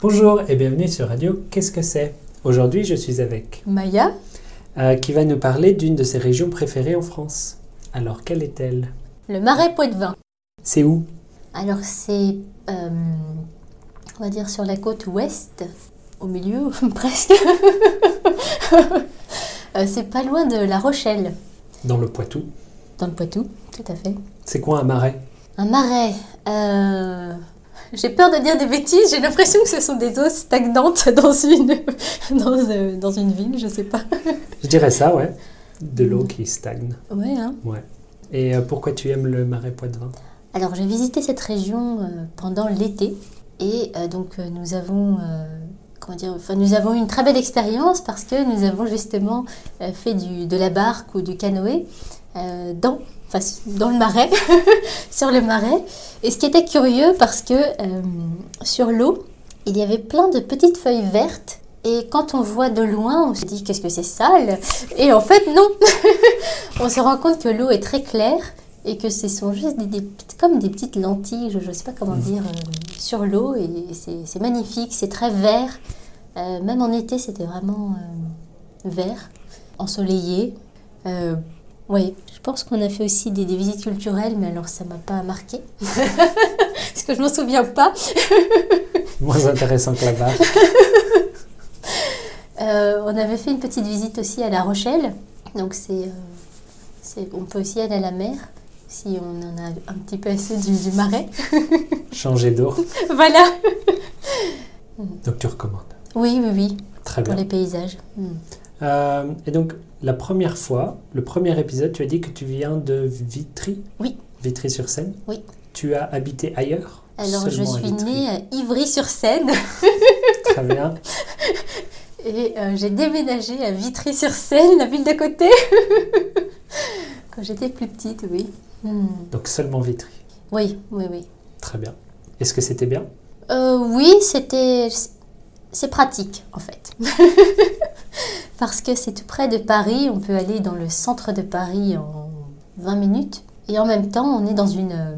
Bonjour et bienvenue sur Radio Qu'est-ce que c'est Aujourd'hui, je suis avec Maya, euh, qui va nous parler d'une de ses régions préférées en France. Alors, quelle est-elle le marais poitevin. C'est où Alors c'est, euh, on va dire, sur la côte ouest, au milieu presque. Euh, c'est pas loin de La Rochelle, Dans le Poitou. dans le Poitou, tout à fait. C'est quoi un marais Un marais. euh, J'ai peur de dire des bêtises, j'ai l'impression que ce sont des eaux stagnantes dans une, dans, euh, dans une ville, je sais pas. Je dirais ça, ouais. De l'eau qui stagne. Ouais, hein. Ouais. Et euh, pourquoi tu aimes le marais poitevin Alors j'ai visité cette région euh, pendant l'été et euh, donc euh, nous avons euh, comment dire enfin, nous avons eu une très belle expérience parce que nous avons justement euh, fait du, de la barque ou du canoë euh, dans enfin, s- dans le marais sur le marais et ce qui était curieux parce que euh, sur l'eau il y avait plein de petites feuilles vertes et quand on voit de loin, on se dit qu'est-ce que c'est sale Et en fait, non On se rend compte que l'eau est très claire et que ce sont juste des, des petites- comme des petites lentilles, je ne sais pas comment dire, euh, sur l'eau. Et c'est c'est magnifique, c'est très vert. Euh, même en été, c'était vraiment euh, vert, ensoleillé. Euh, oui, je pense qu'on a fait aussi des, des visites culturelles, mais alors ça m'a pas marqué. Parce que je m'en souviens pas. Moins intéressant que la barre. Euh, on avait fait une petite visite aussi à La Rochelle. Donc c'est, euh, c'est- on peut aussi aller à la mer si on en a un petit peu assez du, du marais. Changer d'eau. voilà. Donc tu recommandes. Oui, oui, oui, Très pour bien. les paysages. Mm. Euh, et donc, la première fois, le premier épisode, tu as dit que tu viens de Vitry Oui. Vitry-sur-Seine Oui. Tu as habité ailleurs Alors je Seulement à suis Vitry. née à Ivry-sur-Seine Très bien. et euh, j'ai déménagé à Vitry-sur-Seine, la ville d'à côté, quand j'étais plus petite, oui. Mm. Donc, seulement Vitry. Oui, oui, oui. Très bien. Est-ce que c'était bien Euh, oui, c'était. C'est pratique, en fait. Parce que c'est tout près de Paris, on peut aller dans le centre de Paris en 20 minutes. Et en même temps, on est dans une euh,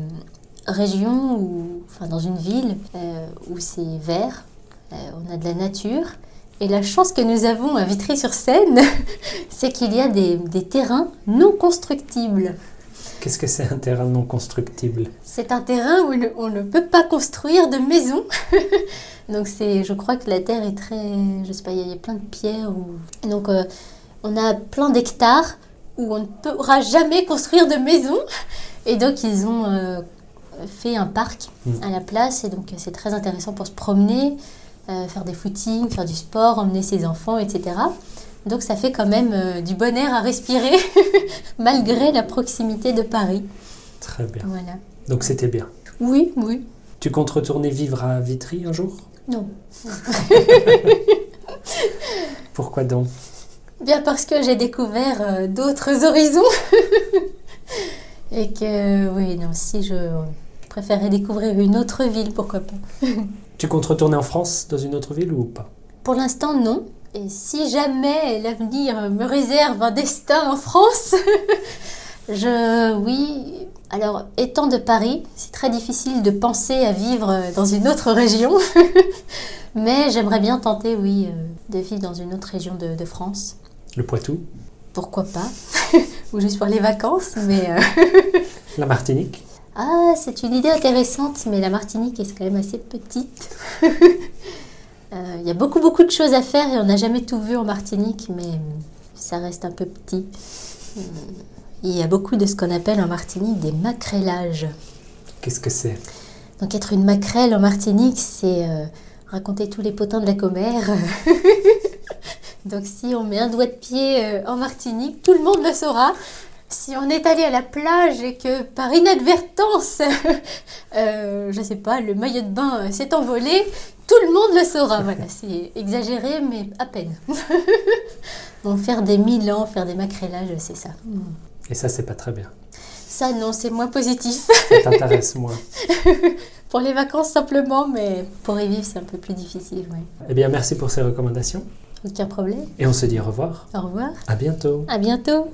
région, où, enfin dans une ville, euh, où c'est vert, euh, on a de la nature. Et la chance que nous avons à Vitry-sur-Seine, c'est qu'il y a des- des terrains non constructibles. Qu'est-ce que c'est un terrain non constructible C'est un terrain où ne- on ne peut pas construire de maison. donc c'est, je crois que la terre est très, je sais pas, il y a- il y a plein de pierres. ou- Et Donc euh, on a plein d'hectares où on ne pourra jamais construire de maison. Et donc ils ont euh, fait un parc Mm. à la place et donc euh, c'est très intéressant pour se promener, euh, faire des footings, faire du sport, emmener ses enfants, etc. Donc ça fait quand même euh, du bon air à respirer malgré la proximité de Paris. Très bien. Voilà. Donc, c'était bien. Oui, oui. Tu comptes retourner vivre à Vitry un jour Non. Pourquoi donc Bien parce que j'ai découvert euh, d'autres horizons. Et que, oui, non, si je préférais découvrir une autre ville, pourquoi pas. Tu comptes retourner en France, dans une autre ville ou pas Pour l'instant, non. Et si jamais l'avenir me réserve un destin en France, je. Oui. Alors, étant de Paris, c'est très difficile de penser à vivre dans une autre région. Mais j'aimerais bien tenter, oui, euh, de vivre dans une autre région de- de France. Le Poitou pourquoi pas, ou juste pour les vacances, mais... euh, La Martinique Ah, c'est une idée intéressante, mais la Martinique est quand même assez petite. Euh, Il y a beaucoup, beaucoup de choses à faire et on n'a jamais tout vu en Martinique, mais euh, ça reste un peu petit. Euh, Il y a beaucoup de ce qu'on appelle en Martinique des macrélages. Qu'est-ce que c'est Donc être une maquerelle en Martinique, c'est euh, raconter tous les potins de la commère. Donc si on met un doigt de pied euh, en Martinique, tout le monde le saura. Si on est allé à la plage et que par inadvertance, euh, je sais pas, le maillot de bain euh, s'est envolé, tout le monde le saura. Voilà, c'est exagéré, mais à peine. bon, faire des mille ans, faire des macrélages, c'est ça. Et ça, c'est pas très bien. Ça, non, c'est moins positif. Ça t'intéresse moins. Pour les vacances simplement, mais pour y vivre, c'est un peu plus difficile, ouais. Eh bien, merci pour ces recommandations. Aucun problème. Et on se dit au revoir. Au revoir. À bientôt. À bientôt.